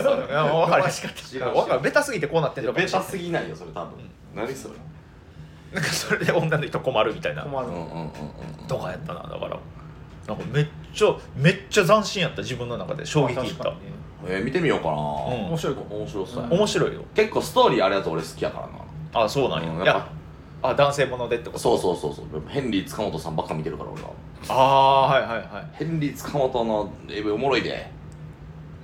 Speaker 1: そういやもう分かる
Speaker 3: 知
Speaker 2: 知らん
Speaker 1: 分かるベタすぎてこうなってんのかも
Speaker 2: ベ
Speaker 1: しれ
Speaker 2: タ
Speaker 1: ない
Speaker 2: すぎないよそれ多分何それ
Speaker 1: なんかそれで女の人困るみたいな
Speaker 3: 困
Speaker 2: う
Speaker 3: る、
Speaker 2: んうんうんうん
Speaker 1: とかやったなだからなんかめっちゃめっちゃ斬新やった自分の中で衝撃いっ
Speaker 3: まあ確か
Speaker 1: た
Speaker 3: にね
Speaker 2: えー見てみようか
Speaker 1: う
Speaker 2: な
Speaker 1: ん
Speaker 2: 面
Speaker 3: 面白いかも
Speaker 2: 白そうや
Speaker 1: 面白いよ
Speaker 2: 結構ストーリーあるやつ俺好きやからな
Speaker 1: あそうなんや,、
Speaker 2: うん
Speaker 1: い
Speaker 2: やっ
Speaker 1: やあ男性ものでってこと
Speaker 2: そうそうそうそうヘンリー塚本さんばっか見てるから俺は
Speaker 1: ああーはいはいはい
Speaker 2: ヘンリー塚本の AV おもろいで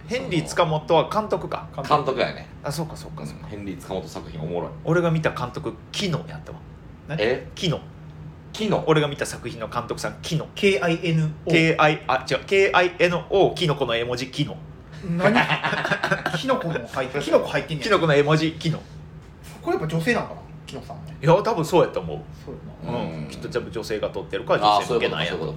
Speaker 1: ヘンリー塚本は監督か
Speaker 2: 監督やね
Speaker 1: あそうかそうかそうか、
Speaker 2: ヘンリー塚本作品おもろい
Speaker 1: 俺が見た監督キノやったわ
Speaker 3: 何
Speaker 2: え
Speaker 1: キノ
Speaker 2: 昨日
Speaker 1: 俺が見た作品の監督さんキノ
Speaker 3: KINO
Speaker 1: K-I あ違う K-I-N-O キノコの絵文字キノ
Speaker 3: 何 キノコも入ってキノコ入ってんね
Speaker 1: キ
Speaker 3: や
Speaker 1: ノコの絵文字キノ
Speaker 3: これやっぱ女性なんかなキノさんね
Speaker 1: いや多分そうやと思う、
Speaker 3: そうよ
Speaker 1: う
Speaker 3: なん
Speaker 2: うん
Speaker 1: きっと全部女性が撮ってるから
Speaker 2: ああ
Speaker 1: 女性
Speaker 2: そう
Speaker 1: 向
Speaker 2: い
Speaker 1: け
Speaker 2: うこと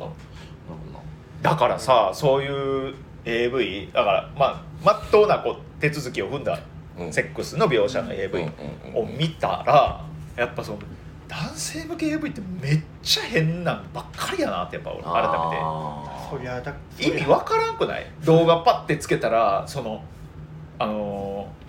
Speaker 1: なん
Speaker 2: か
Speaker 1: や
Speaker 2: そ
Speaker 1: と
Speaker 2: ういう
Speaker 1: 思
Speaker 2: こ
Speaker 1: う
Speaker 2: とかなるほ
Speaker 1: だから
Speaker 2: どな
Speaker 1: さそういう AV だからまあまっとうなこう手続きを踏んだ
Speaker 2: うん
Speaker 1: セックスの描写の AV
Speaker 2: うん
Speaker 1: を
Speaker 2: うんうん
Speaker 1: 見たらやっぱその男性向け AV ってめっちゃ変なんばっかりやなってやっぱ俺改
Speaker 2: あ
Speaker 3: そりゃだ
Speaker 1: めて意味わからんくない動画パッてつけたらそのあのー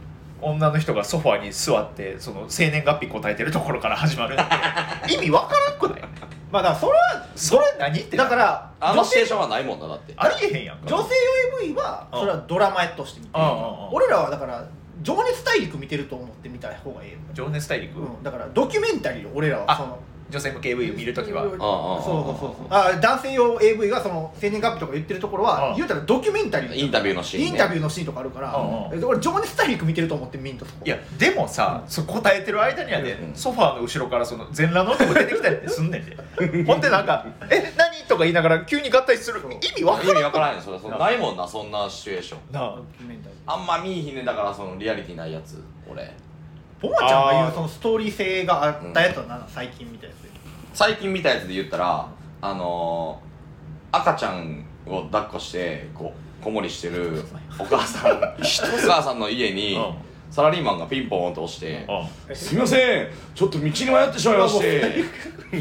Speaker 1: 女の人がソファーに座ってその生年月日答えてるところから始まるなん て意味わからんくない
Speaker 3: まあだからそれは
Speaker 1: それ何ってな
Speaker 3: だから
Speaker 2: あの
Speaker 3: 女
Speaker 2: シチュエ
Speaker 3: 性
Speaker 2: ーションはないもんなだって
Speaker 1: ありえへんやんか
Speaker 3: 女性用 AV は
Speaker 1: うん
Speaker 3: それはドラマとして見て
Speaker 1: うんうんうん
Speaker 3: 俺らはだから情熱大陸見てると思って見た方がいいよ
Speaker 1: 情熱大陸、
Speaker 3: うん、だからドキュメンタリーよ俺らは
Speaker 1: あ
Speaker 3: その
Speaker 1: 女性向け AV を見るときは
Speaker 3: そう
Speaker 2: ああ
Speaker 3: そうそうそうあ男性用 AV がその生年月日とか言ってるところ
Speaker 1: あ
Speaker 3: は
Speaker 1: あ
Speaker 3: 言うたらドキュメンタリー
Speaker 2: インタビューのシーンね
Speaker 3: インタビューのシーンとかあるから
Speaker 1: ああ
Speaker 3: え俺情熱大陸見てると思って見んとそこ
Speaker 1: いやでもさ、そう答えてる間にはね、
Speaker 2: うん
Speaker 1: ソファーの後ろからその全裸の男出てきたりってすんねん でほんでなんか「え何?」とか言いながら急に合体する意味わか
Speaker 2: 意
Speaker 1: る
Speaker 2: 味わからんよそれそれないもんなそんなシチュエーション
Speaker 1: なあ
Speaker 3: ドキュメンタリー
Speaker 2: あんま見いひんねんだからそのリアリティないやつ俺
Speaker 3: ボマちゃんが言
Speaker 1: あ
Speaker 3: う
Speaker 1: ー
Speaker 3: そのストーリー性があったやつは何なの最近みたいなやつ
Speaker 2: 最近見たやつで言ったらあのー、赤ちゃんを抱っこしてこう子守りしてるお母さ んお母さんの家に
Speaker 1: うん
Speaker 2: サラリーマンがピンポンと押して
Speaker 1: あ
Speaker 2: 「すみませんちょっと道に迷ってしまいまして」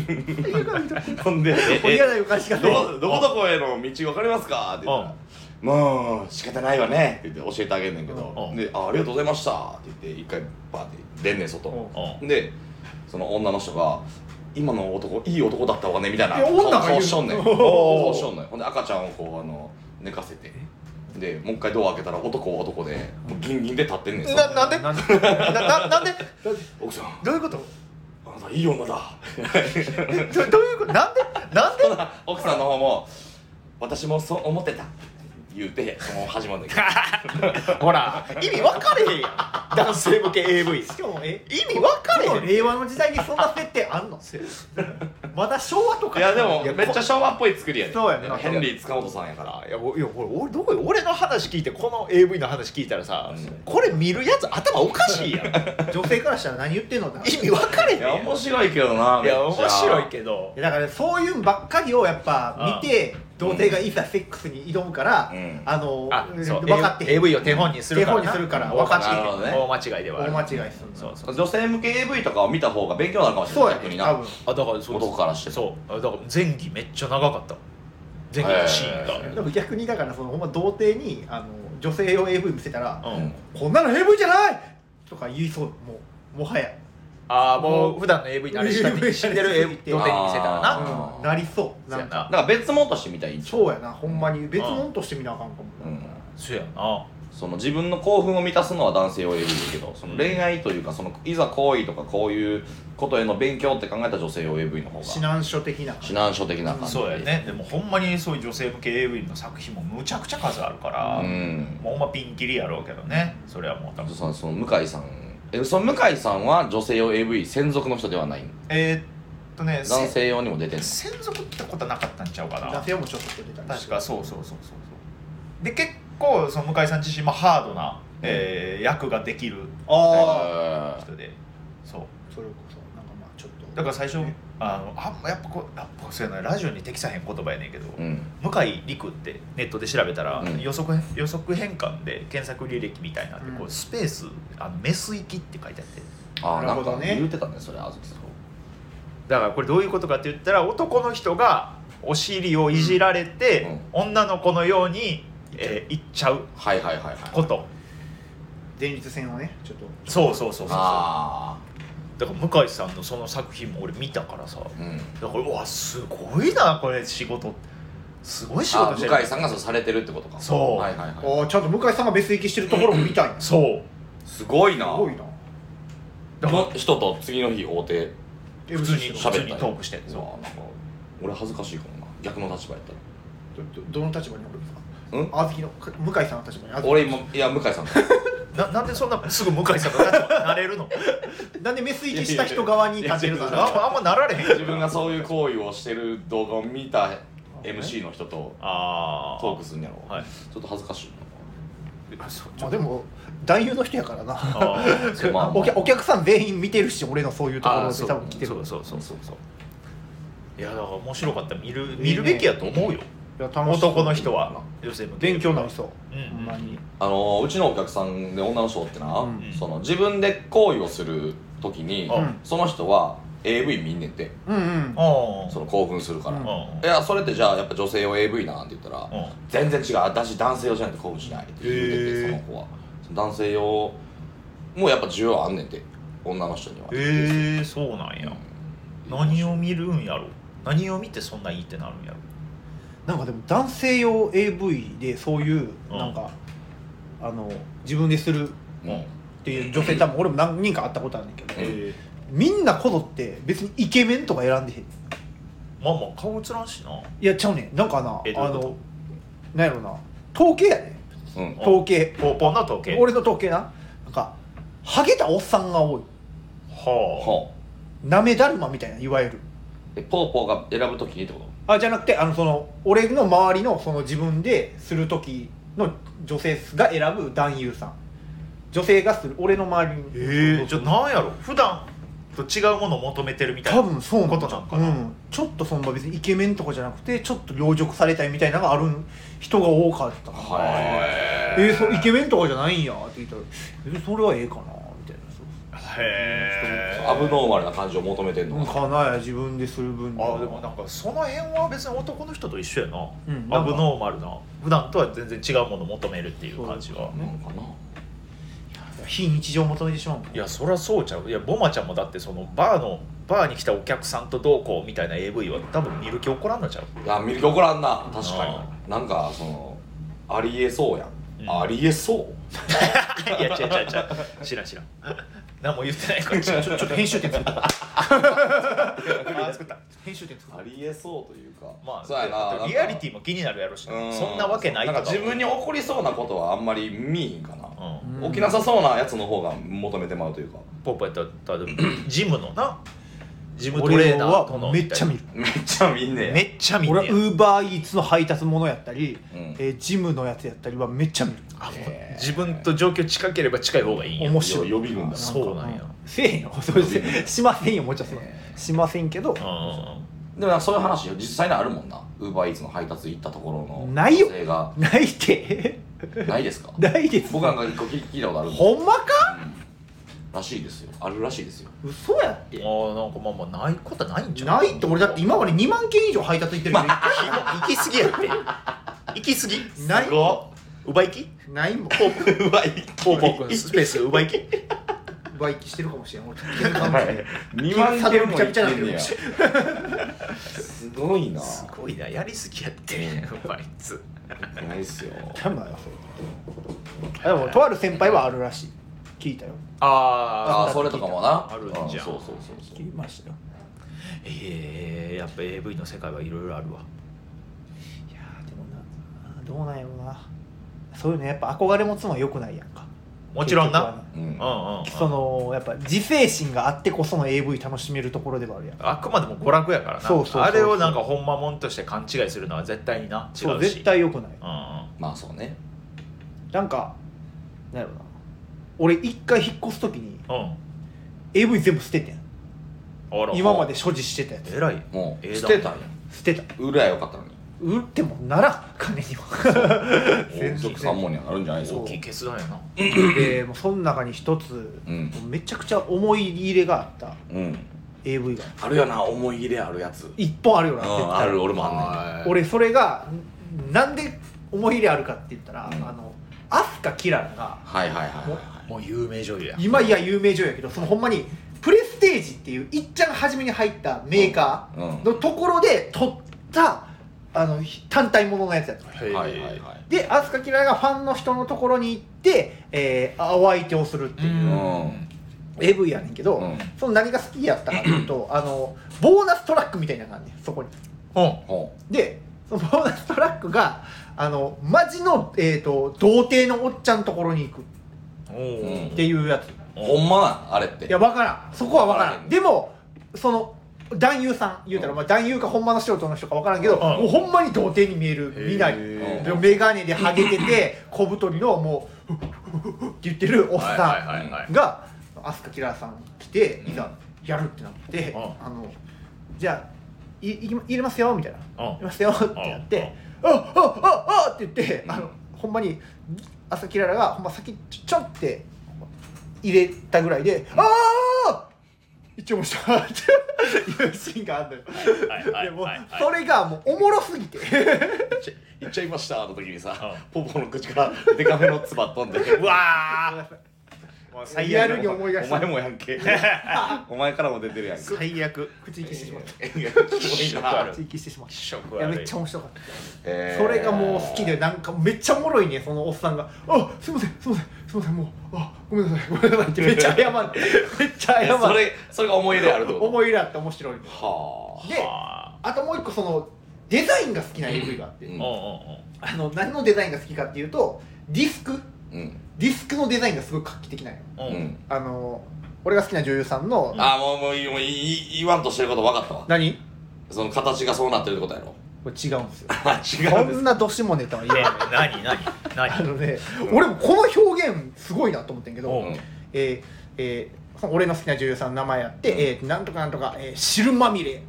Speaker 2: ほんで
Speaker 1: え
Speaker 3: 嫌な予感しか
Speaker 2: どこどこどこへの道分かりますか?」って言ったら「もう仕方ないわね」って言って教えてあげんねんけど
Speaker 1: う
Speaker 2: 「
Speaker 1: ん
Speaker 2: であありがとうございました」って言って一回バーって出んねん外
Speaker 1: う
Speaker 2: でその女の人が「今の男いい男だったわね」みたいない
Speaker 3: や女が言うの
Speaker 2: 顔しとんねん顔しとんねんほんで赤ちゃんをこうあの寝かせてでもう一回ドア開けたら男は男でもうギンギンで立ってんねん
Speaker 1: んななんでなななんで
Speaker 2: 奥さん
Speaker 1: どういうこと
Speaker 2: あなたいい女だ
Speaker 1: どどういうことなんでなんで
Speaker 2: 奥さんの方も「私もそう思ってた」言うてその始まるんだけど
Speaker 1: ほら 意味わかれへんやん男性向け AV
Speaker 3: しかもえ
Speaker 1: 意味わかれ
Speaker 3: こ
Speaker 1: へ
Speaker 3: の
Speaker 1: ん
Speaker 3: 令和の時代にそんな設定あん のまだ昭和とか
Speaker 2: いやでも
Speaker 3: いや
Speaker 2: めっちゃ昭和っぽい作りやね
Speaker 3: そうやな
Speaker 2: ヘンリー塚本さんやから
Speaker 1: あいやおいやこれ俺どこ俺の話聞いてこの AV の話聞いたらさ、
Speaker 2: うん
Speaker 1: これ見るやつ頭おかしいやん
Speaker 3: 女性からしたら何言ってんのって話
Speaker 1: 意味わかれへん
Speaker 2: い
Speaker 1: や
Speaker 2: や
Speaker 1: ん
Speaker 2: 面白いけどない
Speaker 1: いや面白い
Speaker 2: ど
Speaker 1: けど
Speaker 3: いやだからそういうのばっかりをやっぱ見て童貞がいざセックスに挑むから、
Speaker 2: うん
Speaker 3: あの
Speaker 1: あそう
Speaker 3: 分かってへん
Speaker 1: AV を手本にするからな
Speaker 3: 手本にするから
Speaker 1: 分
Speaker 3: 分
Speaker 1: かっ
Speaker 3: かってて
Speaker 1: へ
Speaker 3: へ
Speaker 1: ん
Speaker 3: ん
Speaker 2: なるほどね
Speaker 1: 大間違いではあ
Speaker 3: 大
Speaker 1: る
Speaker 3: 間違いするの
Speaker 1: そうそう
Speaker 2: 女性向け AV とかを見た方が勉強になるかもしれない
Speaker 3: そうやね
Speaker 2: 逆にな
Speaker 3: 多分
Speaker 1: あだからそう
Speaker 2: 男からして
Speaker 1: そうあだから前期めっちゃ長かった前期のシーンが、
Speaker 2: へー
Speaker 3: でも逆にだからそのほんま童貞にあの女性用 AV 見せたら、
Speaker 1: うん
Speaker 3: こんなの AV じゃないとか言いそうもうもはや
Speaker 1: ああもう普段の AV 慣れしたに 死んでる AV って予定に見せたら
Speaker 2: あ
Speaker 1: な
Speaker 2: ー
Speaker 3: うんなりそう
Speaker 1: そ
Speaker 3: な
Speaker 1: うんや
Speaker 3: か
Speaker 1: な
Speaker 2: だから別物としてみたい一応
Speaker 3: そうやなほんまに別物として見なあかんかも
Speaker 2: う
Speaker 3: な、
Speaker 2: ん
Speaker 1: そうやな
Speaker 2: その自分の興奮を満たすのは男性を得るけどその恋愛というかそのいざ行為とかこういうことへの勉強って考えた女性を AV の方が
Speaker 3: 指南書的な感
Speaker 2: 指南書的な感じ
Speaker 1: そうやねでもほんまにそういう女性向け AV の作品もむちゃくちゃ数あるから、
Speaker 2: うん
Speaker 1: もうほんまピンキリやろうけどねそれはもう多分
Speaker 2: そのその向井さんえその向井さんは女性用 AV 専属の人ではない
Speaker 1: えーっとね
Speaker 2: 男性用にも出てる
Speaker 1: せ専属ってことはなかったんちゃうか
Speaker 3: じ
Speaker 1: な
Speaker 3: ラフェもちょっと出たりし
Speaker 1: 確
Speaker 3: て
Speaker 1: かそうそうそうそうそうで結構その向井さん自身もハードな、えー役ができる
Speaker 3: ああ
Speaker 2: あ
Speaker 1: 人でそう
Speaker 3: それこそなんかまあちょっと
Speaker 1: だから最初
Speaker 3: ね
Speaker 1: あのあやっぱこうやっぱそうやなラジオに適さへん言葉やねんけど、
Speaker 2: うん
Speaker 1: 向井陸ってネットで調べたら、
Speaker 2: うん
Speaker 1: 予測予測変換で検索履歴みたいなんで、
Speaker 3: うん
Speaker 1: こうスペースあのメス行きって書いてあって
Speaker 2: あー
Speaker 3: な
Speaker 2: な
Speaker 3: るほ
Speaker 2: ん
Speaker 3: ど
Speaker 2: か
Speaker 3: ね
Speaker 2: 言うてたねそれあずきさん
Speaker 1: だからこれどういうことかって言ったら男の人がお尻をいじられて、女の子のように、えー行っちゃう
Speaker 2: はいはいはいはい
Speaker 1: こと
Speaker 3: 前立腺をねちょっと
Speaker 1: そうそうそうそうだ
Speaker 2: あ
Speaker 1: から向井さんのその作品も俺見たからさだか
Speaker 2: あうん
Speaker 1: らうわすごいなこれ仕事すごい仕
Speaker 2: あ
Speaker 1: 事してる
Speaker 2: 向井さんがそうされてるってことか
Speaker 1: そう
Speaker 2: はいはいはい
Speaker 3: ああちゃんと向井さんが別行きしてるところも見たいなす
Speaker 1: そう
Speaker 2: すごいな
Speaker 3: ごいな
Speaker 1: だ
Speaker 2: こ
Speaker 1: から
Speaker 2: の人と次の日会うて
Speaker 1: 普通に
Speaker 2: 喋った
Speaker 1: 普
Speaker 2: り
Speaker 1: 通にトークして
Speaker 2: うわ
Speaker 1: そ
Speaker 2: なんか俺恥ずかしいかもな逆の立場やったら
Speaker 3: どどどの立場におるんですか
Speaker 2: うん
Speaker 3: あずきのか向井さんの立場にあずき
Speaker 2: 俺今いや向井さんだ
Speaker 1: うななんでそんなすぐ向井さんがなれる の
Speaker 3: なんでメス行きした人側に立てる
Speaker 1: あ
Speaker 3: か
Speaker 1: ん
Speaker 3: ら
Speaker 1: まあんまなられへん
Speaker 2: 自分がそういう行為をしてる動画を見た MC の人と
Speaker 1: ああ
Speaker 2: トークするんやろ、
Speaker 1: はい
Speaker 2: ちょっと恥ずかしい
Speaker 1: あそうち
Speaker 3: ま
Speaker 1: ょ
Speaker 3: あでも男優の人やからな
Speaker 1: あー
Speaker 2: なまあまあ
Speaker 3: お客お客さん全員見てるし俺のそういうとこ
Speaker 1: あー
Speaker 3: ろで
Speaker 1: そう
Speaker 3: 多分来てる
Speaker 1: そうそうそうそうそういやだから面白かった見る見るべきやと思うよ
Speaker 3: いや楽しそう
Speaker 1: 男の人は女性も
Speaker 3: 勉強になりそう
Speaker 1: うんうん
Speaker 3: ほんまに
Speaker 2: あのーうちのお客さんで女の人ってな、
Speaker 3: うん
Speaker 2: その自分で行為をする時に、
Speaker 1: うん
Speaker 2: その人は AV 見んねんて
Speaker 3: うんうん
Speaker 1: ああ
Speaker 2: その興奮するから、
Speaker 3: うん
Speaker 2: いやそれってじゃあやっぱ女性用 AV なんって言ったら、
Speaker 1: うん
Speaker 2: 全然違う私男性用じゃないと興奮しないって言ってて、
Speaker 1: へー
Speaker 2: その子はその男性用もやっぱ需要あんねんて女の人には
Speaker 1: ええそうなんや
Speaker 2: うん
Speaker 1: 何を見るんやろ何を見てそんないいってなるんやろ
Speaker 3: なんかでも男性用 AV でそういう
Speaker 1: うん
Speaker 3: なんかあの自分でする
Speaker 2: うん
Speaker 3: っていう女性多分俺も何人か会ったことあるんだけど
Speaker 2: うん
Speaker 1: え
Speaker 3: みんなこぞって別にイケメンとか選んでへん
Speaker 1: えまあまあ顔映らんしない
Speaker 3: やちゃうねんなんかな
Speaker 1: えどう
Speaker 3: あ
Speaker 1: いうこと
Speaker 3: のなんやろな統計やね
Speaker 2: うん
Speaker 1: あ
Speaker 3: 統計
Speaker 1: ポーポンの時計
Speaker 3: 俺の統計ななんかハゲたおっさんが多い
Speaker 1: は
Speaker 2: ほう
Speaker 3: なめだるまみたいないわゆる
Speaker 2: えポーポーが選ぶ時にってこと
Speaker 3: あじゃなくてあのその俺の周りのその自分でする時の女性が選ぶ男優さん女性がする俺の周りに
Speaker 1: あええじゃあなんやろ普段と違うものを求めてるみたいな
Speaker 3: 多分そう
Speaker 1: ことなんかな
Speaker 3: うん、ちょっとそんな別にイケメンとかじゃなくてちょっと養殖されたいみたいなのがある人が多かったな
Speaker 2: は
Speaker 3: えー、そうイケメンとかじゃないんやって言ったらえそれはええかなみたいなそう
Speaker 1: へえ
Speaker 2: アブノーマルな感じを求めてんの
Speaker 3: そうかなや自分でする分には
Speaker 1: あでもなんかその辺は別に男の人と一緒やな,、
Speaker 3: うん
Speaker 1: アブノーマルな普段とは全然違うものを求めるっていう感じは、
Speaker 2: なんかな
Speaker 3: 非日常を求めてしまうもん
Speaker 1: いやそりゃそうちゃういやボマちゃんもだってそのバーのバーに来たお客さんとどうこうみたいな AV は多分見る気起こらんのち ゃう
Speaker 2: いや見る気怒らんな確か
Speaker 1: あ
Speaker 2: になんかそのありえそうやん、
Speaker 1: うん
Speaker 2: ありえそう
Speaker 1: いや違う違う違う知らん知らん何も言ってない から知らん
Speaker 3: ちょちょっと編集点作った
Speaker 1: あ作った
Speaker 3: 編集点作っ
Speaker 2: ありえそうというか
Speaker 1: まあ
Speaker 2: そうやな
Speaker 1: リアリテ
Speaker 2: ィ
Speaker 1: ィも気になるやろしなそんなわけないと
Speaker 2: んか
Speaker 1: か
Speaker 2: 自分に起こりそうなことはあんまり見いんか
Speaker 1: う
Speaker 2: な、
Speaker 1: ん
Speaker 3: うん
Speaker 2: 起きなさそうなやつの方が求めてまうというか
Speaker 1: ポーポーやったら多 分ジムのなジム
Speaker 3: た
Speaker 1: トレ
Speaker 3: 俺
Speaker 1: ーナーとの
Speaker 3: はめっちゃ見る
Speaker 2: めっちゃ見んねや
Speaker 1: めっちゃ見んね
Speaker 3: 俺
Speaker 1: や
Speaker 3: はウーバーイーツの配達ものやったり、
Speaker 2: うん
Speaker 3: えージムのやつやったりはめっちゃ見る
Speaker 1: あもう
Speaker 2: へー
Speaker 1: 自分と状況近ければ近い方がいいんや
Speaker 3: 面白い
Speaker 2: よ予備軍だ
Speaker 1: そうなんや
Speaker 3: せえへんよそうししませんよもちろん
Speaker 2: え
Speaker 3: しませんけど
Speaker 1: う
Speaker 2: でもなんかそういう話実際にあるもんなウーバーイーツの配達行ったところの
Speaker 3: ないよ
Speaker 2: 女 性が
Speaker 3: ないって
Speaker 2: ないですか
Speaker 3: ないです
Speaker 2: 僕なんか一個聞いたことあるんです
Speaker 3: ほんまから
Speaker 2: しいですよあるらしいですよ
Speaker 3: 嘘やって
Speaker 1: んああなんかまあまあないことはないんじゃ
Speaker 3: ないって俺だって今まで2万件以上配達行ってるけど
Speaker 1: 行き過ぎやって行き過ぎ
Speaker 3: ない
Speaker 1: 奪いき
Speaker 3: ないもん
Speaker 1: 奪いきスペース奪いき
Speaker 3: 売機してるかも しれん俺気づかんもしれん
Speaker 2: 2万 件もいって
Speaker 3: サドル
Speaker 2: ん
Speaker 3: び
Speaker 2: ね
Speaker 3: ちゃび
Speaker 2: や
Speaker 3: ち
Speaker 2: すごいな
Speaker 1: すごいなやりすぎやってあいつ
Speaker 2: ないっすよ
Speaker 3: ちゃうのよそれでもとある先輩はあるらしい聞いたよ
Speaker 1: あ
Speaker 2: ああそれとかもな
Speaker 1: あるんじゃん
Speaker 2: うそうそうそうそ
Speaker 3: 聞き
Speaker 2: う
Speaker 3: ましたよ
Speaker 1: ええやっぱ AV の世界はいろいろあるわ
Speaker 3: いやーでもなどうなんやろうなそういうのやっぱ憧れ持つのはよくないやんか
Speaker 1: もちろん
Speaker 3: 結
Speaker 1: な
Speaker 3: 局はね
Speaker 2: う
Speaker 1: うんう
Speaker 2: ん
Speaker 1: んうん
Speaker 3: そのやっぱ自制心があってこその AV 楽しめるところではあるやん
Speaker 1: あくまでも娯楽やからな
Speaker 3: そうそうそうそう
Speaker 1: あれをなんかほんまもんとして勘違いするのは絶対にな違うし
Speaker 3: そう絶対よくない
Speaker 1: うんうん
Speaker 2: まあそうね
Speaker 3: なんかなんやろうな俺一回引っ越す時に
Speaker 1: うん
Speaker 3: AV 全部捨ててん
Speaker 1: あら
Speaker 3: 今まで所持してたや
Speaker 1: えらい
Speaker 2: も
Speaker 1: ええだ
Speaker 2: う捨てたんや
Speaker 3: つ捨てた
Speaker 2: 売りゃよかったのに
Speaker 3: 売ってもならん金には
Speaker 2: 全
Speaker 3: 然
Speaker 2: 族三問にはなるんじゃないです
Speaker 1: 大
Speaker 2: か
Speaker 1: きい決断やな
Speaker 3: でもうその中に一つ、
Speaker 2: うん
Speaker 3: もうめちゃくちゃ思い入れがあった
Speaker 2: うん
Speaker 3: AV が
Speaker 2: あるよな思い入れあるやつ
Speaker 3: 一本あるよ
Speaker 2: う
Speaker 3: な、絶
Speaker 2: ん
Speaker 3: 対
Speaker 2: ある俺もあんねん
Speaker 1: はい
Speaker 3: 俺それがんなんで思い入れあるかって言ったら、
Speaker 2: うん
Speaker 3: あのアスカキララが
Speaker 2: はいはいはいはいはい
Speaker 1: もう有名女優や
Speaker 3: 今いや有名女優やけどそのほんまにプレステージっていういっちゃん初めに入ったメーカーのところで撮ったあのひ単体もののやつやった
Speaker 1: はい
Speaker 2: はいはいはい
Speaker 3: で飛鳥キララがファンの人のところに行って、えー、お相手をするっていうう、
Speaker 1: ん
Speaker 3: AV やねんけど、
Speaker 2: うん
Speaker 3: その何が好きやったかというとあのボーナストラックみたいなのがあんねんそこに
Speaker 1: うん
Speaker 2: ほ
Speaker 3: でそのボーナストラックがあのマジの、えー、と童貞のおっちゃんのところに行く
Speaker 1: お
Speaker 2: うん
Speaker 1: ー
Speaker 3: っていうやつ
Speaker 2: うほんまなんあれって
Speaker 3: いや分からんそこは分から
Speaker 2: わから
Speaker 3: ん
Speaker 2: ん
Speaker 3: でもその男優さん言うたら、
Speaker 2: うん
Speaker 3: まあ、男優かほんまの素人の人か分からんけど、
Speaker 1: ん
Speaker 3: もうほんまに童貞に見える見ない
Speaker 1: へ
Speaker 3: で
Speaker 2: ー
Speaker 3: 眼鏡でハゲてて小太りのもう「ふっふっふっふっって言ってるおっ
Speaker 1: はい
Speaker 3: さ
Speaker 1: はいはいはい
Speaker 3: んが飛鳥キラーさん来て
Speaker 2: うん
Speaker 3: いざやるってなって「
Speaker 1: うん
Speaker 3: あのじゃあいいき入れますよ」みたいな「
Speaker 1: うん
Speaker 3: 入れますよ」ってやって「あっあっあっあっ」って言って
Speaker 2: うん
Speaker 3: あのほんまに飛鳥キララがほんま先ちょちょって入れたぐらいで「ああ!」一応もうしたっていうシーンがある
Speaker 1: はい
Speaker 3: の
Speaker 1: はい
Speaker 3: よでもう
Speaker 1: はいはい
Speaker 3: それがもうおもろすぎて
Speaker 2: 行っちゃいましたの時にさ
Speaker 1: う
Speaker 2: ポポの口からデカめの唾飛んで
Speaker 1: うわ ーもう最
Speaker 3: リア
Speaker 1: 悪
Speaker 3: ルに思い出し
Speaker 2: お
Speaker 3: た
Speaker 2: 前もやんけお前からも出てるやんけ
Speaker 1: 最悪
Speaker 3: 口息してしまった
Speaker 2: いやすごいな
Speaker 1: ある
Speaker 3: 追記してしまっ
Speaker 1: 気
Speaker 3: た
Speaker 1: 色悪
Speaker 3: いや
Speaker 1: い
Speaker 3: めっちゃ面白かった、
Speaker 2: えー
Speaker 3: それがもう好きでなんかめっちゃおもろいねそのおっさんが「あすいませんすいませんすいませんもうあごめんなさいごめんなさい」 ってめっちゃ謝るめっちゃ
Speaker 2: え
Speaker 3: 謝る
Speaker 2: それそれが思い入れあるってこと
Speaker 3: 思い入れあって面白いね
Speaker 2: は
Speaker 3: で
Speaker 1: あ
Speaker 3: あともう一個そのデザインが好きな AV があって、
Speaker 2: う
Speaker 1: ー
Speaker 2: ん
Speaker 1: う
Speaker 3: あの何のデザインが好きかっていうとディスク
Speaker 2: あうん
Speaker 3: ディスクのデザインがすごい画期的なんよ
Speaker 1: んうんうんうん
Speaker 3: あの俺が好きな女優さんの、
Speaker 2: あーもうもういいもういい言わんとしてること分かったわ
Speaker 3: 何
Speaker 2: その形がそうなってるってことやろ
Speaker 3: これ 違うんですよ
Speaker 2: あ違
Speaker 3: こ
Speaker 2: うんです
Speaker 3: んなどしもネタは言わ
Speaker 1: え
Speaker 3: ない
Speaker 1: 何何
Speaker 3: あ
Speaker 1: 何
Speaker 3: のね、
Speaker 2: うん
Speaker 3: 俺もこの表現すごいなと思ってんけど、
Speaker 1: お
Speaker 2: うん
Speaker 3: えーえーその俺の好きな女優さんの名前やって、
Speaker 2: うん
Speaker 3: えーなんとかなんとか、えー汁まみれ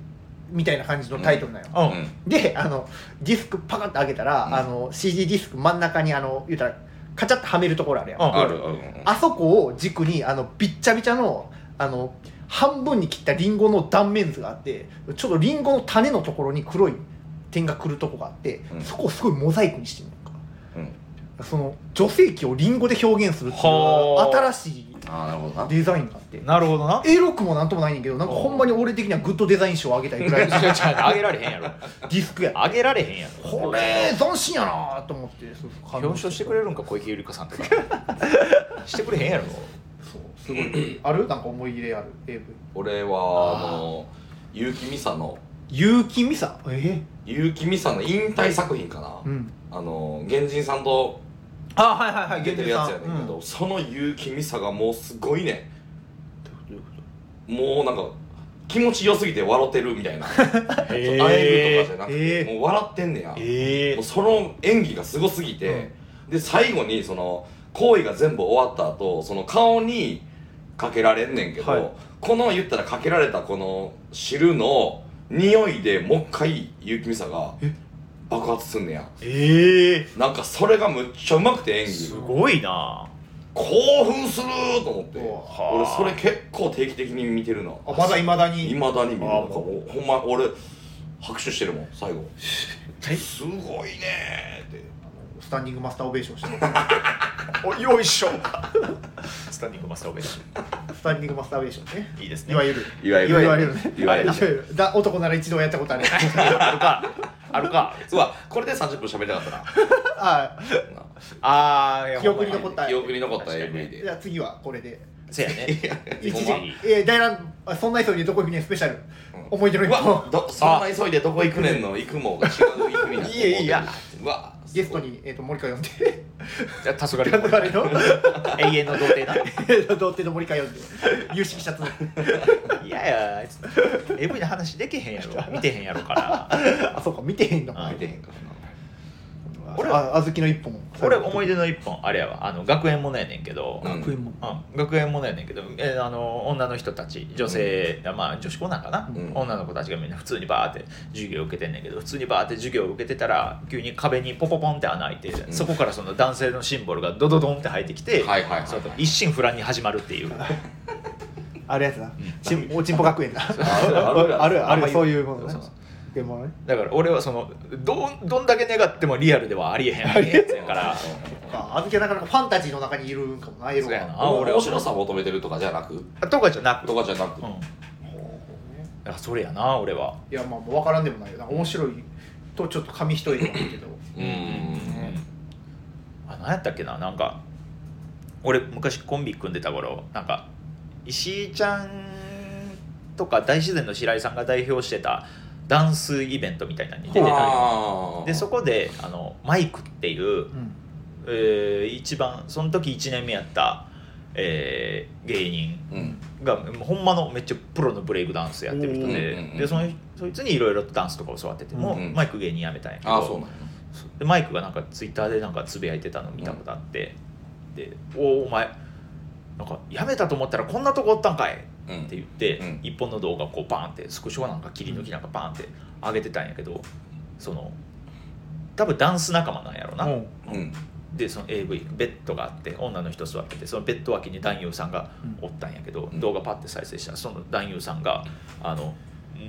Speaker 3: みたいな感じのタイトルなんよ、
Speaker 1: うん
Speaker 2: うん
Speaker 3: であのディスクパカッと開けたら、
Speaker 2: うん
Speaker 3: あの CD ディスク真ん中にあの言うたらカチャッとはめるところあるやん、
Speaker 1: うん
Speaker 2: あるうんうん
Speaker 3: あそこを軸にあのびっちゃびちゃのあの半分に切ったリンゴの断面図があってちょっとリンゴの種のところに黒い点がくるとこがあって、
Speaker 2: うん
Speaker 3: そこをすごいモザイクにしてみるか
Speaker 2: うん
Speaker 3: その女性器をリンゴで表現するっていう
Speaker 1: はあ
Speaker 3: 新しい
Speaker 2: あーなるほどな
Speaker 3: デザインがあって
Speaker 1: なるほど な
Speaker 3: エロくもなんともないねんけどなんかほんまに俺的にはグッドデザイン賞をあげたいぐらい のデ
Speaker 1: あげられへんやろ
Speaker 3: ィスクや
Speaker 1: あげられへんやろ
Speaker 3: これ斬新やなと思ってそうそう感
Speaker 1: 表
Speaker 3: 動
Speaker 1: 彰してくれるんか小池百合子さん とかしてくれへんやろ
Speaker 3: そうすごいあるなんか思い入れある AV
Speaker 2: 俺はあの結城美沙の
Speaker 3: 結城美沙え
Speaker 2: 結城美沙の引退作品かな、
Speaker 3: うん
Speaker 2: あの原人さんと
Speaker 3: あはいはいはい
Speaker 2: 出てるやつやねんけど、
Speaker 3: うん
Speaker 2: その結城美沙がもうすごいねもうなんか気持ち良すぎて笑ってるみたいなそう
Speaker 1: あ
Speaker 2: 会えるとかじゃなくて、
Speaker 3: えー
Speaker 2: もう笑ってんねや、
Speaker 1: ええ
Speaker 2: もうその演技がすごすぎて、で最後にその行為が全部終わった後その顔にかけられんねんけど、
Speaker 3: はい
Speaker 2: この言ったらかけられたこの汁の匂いでもう一回結城美沙が
Speaker 3: え
Speaker 2: 爆発すんねや
Speaker 1: ええ
Speaker 2: なんかそれがむっちゃうまくて演技
Speaker 1: すごいな
Speaker 2: 興奮すると思って
Speaker 3: う
Speaker 1: わ
Speaker 2: 俺それ結構定期的に見てるな
Speaker 3: あまだいまだに
Speaker 2: いまだに見る
Speaker 1: あ
Speaker 2: なんかもうほんま俺拍手してるもん最後すごいねーって
Speaker 3: スタンディングマスターオベーションしてる
Speaker 1: およいしょスタンディングマスターオベーシ
Speaker 3: スタンディングマスターベーションね
Speaker 1: ョンいいですね
Speaker 3: いわゆる
Speaker 2: いわゆる
Speaker 3: いわゆるね
Speaker 2: いわゆる
Speaker 3: いわゆるだ男なら一度はやったことある
Speaker 1: あるかあるか
Speaker 2: うわこれで30分喋りたかった
Speaker 3: あ
Speaker 2: な
Speaker 1: あーいや
Speaker 3: 記憶に
Speaker 1: ほんま
Speaker 3: 残った
Speaker 2: 記憶に残った
Speaker 1: 確かにね
Speaker 2: AV
Speaker 3: じ
Speaker 2: で
Speaker 3: ゃあ次はこれで
Speaker 1: せやね
Speaker 3: 一
Speaker 2: ほん
Speaker 3: 時
Speaker 2: ま
Speaker 3: えー大乱あそんな急いでどこ行くねスペシャル思い出の一
Speaker 2: うわ
Speaker 3: 本
Speaker 2: どそんな急いでどこ行くねんの行くもが違う行くになって思ってる
Speaker 1: いいやいいや
Speaker 2: うわすごい
Speaker 3: ゲストにえっと森川呼んで
Speaker 1: じゃあ黄昏
Speaker 3: なんと
Speaker 1: の
Speaker 3: かあれの
Speaker 1: 永遠の童貞だ
Speaker 3: 童貞の森川呼んで有識者つ
Speaker 1: いやいやあいつ AV の話できへんやろ見てへんやろから
Speaker 3: あそうか見てへんの
Speaker 1: あ
Speaker 3: か
Speaker 2: 見てへんからな
Speaker 3: 俺は小豆の一本
Speaker 1: 俺思い出の一本あれやわあの学園ものやねんけど、
Speaker 2: うん
Speaker 3: 学園も
Speaker 1: うん、学園ものやねんけど、えーあの女の人たち女性、まあ女子校なんかな、
Speaker 2: うん
Speaker 1: 女の子たちがみんな普通にバーって授業受けてんねんけど普通にバーって授業受けてたら急に壁にポポポンって穴開いて、
Speaker 2: ん
Speaker 1: そこからその男性のシンボルがドドドンって入ってきて、
Speaker 2: はいはいはいはい
Speaker 1: その後一心不乱に始まるっていう
Speaker 3: あるやつなちんおちんぽ学園だ
Speaker 2: あるある
Speaker 3: あるあ
Speaker 1: あんま
Speaker 3: る
Speaker 1: り
Speaker 3: そういうものね
Speaker 1: そうそう
Speaker 3: でもね
Speaker 1: だから俺はそのどんどんだけ願ってもリアルではありえへんやつやから
Speaker 3: あ小豆はなかなかファンタジーの中にいるんかもなエロ
Speaker 1: そうや
Speaker 3: が
Speaker 1: な
Speaker 2: あ俺面白さ求めてるとかじゃなく
Speaker 1: とかじゃなく
Speaker 2: とかじゃなく
Speaker 1: うんあそれやな俺はい
Speaker 3: やまあもう分からんでもないよなんか面白いとちょっと紙一重なんだけど
Speaker 2: うん
Speaker 1: あ何やったっけななんか俺昔コンビ組んでた頃なんか石井ちゃんとか大自然の白井さんが代表してたダンスイベントみたいなのに出てた
Speaker 2: あー
Speaker 1: でそこであのマイクっていう
Speaker 3: う、ん
Speaker 1: えー一番その時1年目やった、えー芸人
Speaker 2: うん
Speaker 1: がもうほんまのめっちゃプロのブレイクダンスやってる人で,、
Speaker 2: うんうんうんうん
Speaker 1: でそのそいつにいろいろとダンスとか教わってて、もう
Speaker 2: うんうん
Speaker 1: マイク芸人やめたんやけど
Speaker 2: あーそうなんや
Speaker 1: でマイクがなんかツイッターでなんかつぶやいてたの見たことあって、で「おおお前なんかやめたと思ったらこんなとこおったんかい!」って
Speaker 2: うん
Speaker 1: 言って、
Speaker 2: うん
Speaker 1: 一本の動画をこうバーンってスクショなんか切り抜きなんかバーンって上げてたんやけどその多分ダンス仲間なんやろな、
Speaker 3: うん
Speaker 2: うん
Speaker 1: でその AV ベッドがあって女の人座っててそのベッド脇に男優さんがおったんやけど、
Speaker 2: うん
Speaker 1: 動画パッて再生したらその男優さんがあの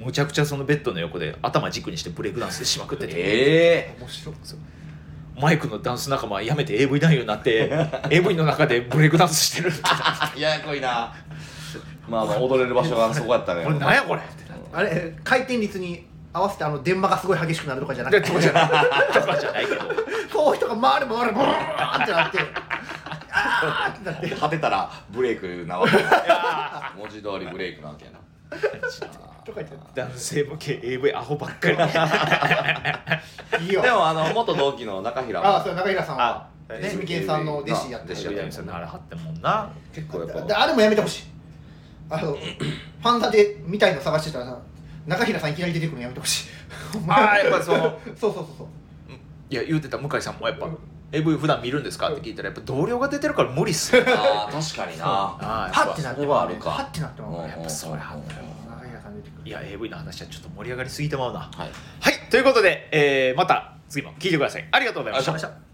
Speaker 1: むちゃくちゃそのベッドの横で頭軸にしてブレイクダンスしまくってて。
Speaker 2: え
Speaker 3: 面白い
Speaker 1: マイクのダンス仲間はやめて AV 男優になって AV の中でブレイクダンスしてる って
Speaker 2: えややこいなまあまあ踊れる場所 がそこやったね
Speaker 1: これなんやこれってなっ
Speaker 3: あれ回転率に合わせてあの電話がすごい激しくなるとかじゃなく
Speaker 1: て
Speaker 3: て
Speaker 1: とかじゃないとかじゃないけど
Speaker 3: こう人が回る回るブーンってなってあーってなって
Speaker 2: 果てたらブレイクなわけや文字通りブレイクなわけやな
Speaker 3: とか言って
Speaker 1: 男性向け AV アホばっかり
Speaker 3: いいよ
Speaker 2: でもあの元同期の中平
Speaker 3: ああ
Speaker 2: は
Speaker 3: そう中平さんは
Speaker 1: あ
Speaker 3: ねみけんさんの弟子やって
Speaker 2: 弟子やっ
Speaker 3: る
Speaker 2: て
Speaker 1: 男優ならはってんもんな
Speaker 2: 結構やっ
Speaker 3: で
Speaker 2: ぱ
Speaker 3: あれもやめてほしいあのファンザでみたいの探してたら中平さんいきなり出てくるのやめてほしい
Speaker 1: あーやっぱその
Speaker 3: そうそうそうそう
Speaker 1: いや言うてた向井さんもやっぱ AV 普段見るんですかって聞いたらやっぱ同僚が出てるから無理っ すね
Speaker 2: あー確かにな
Speaker 1: あ
Speaker 3: ハッてなって
Speaker 2: それはあるか
Speaker 3: ハッてなってまう
Speaker 2: うん
Speaker 3: 中
Speaker 1: やっぱそれはあったよ
Speaker 3: 平さん出てく
Speaker 1: い
Speaker 3: る
Speaker 1: や AV の話はちょっと盛り上がりすぎてまうな
Speaker 2: はい
Speaker 1: はいということで、えーまた次も聞いてくださいありがとうございまし
Speaker 2: ありがとうございました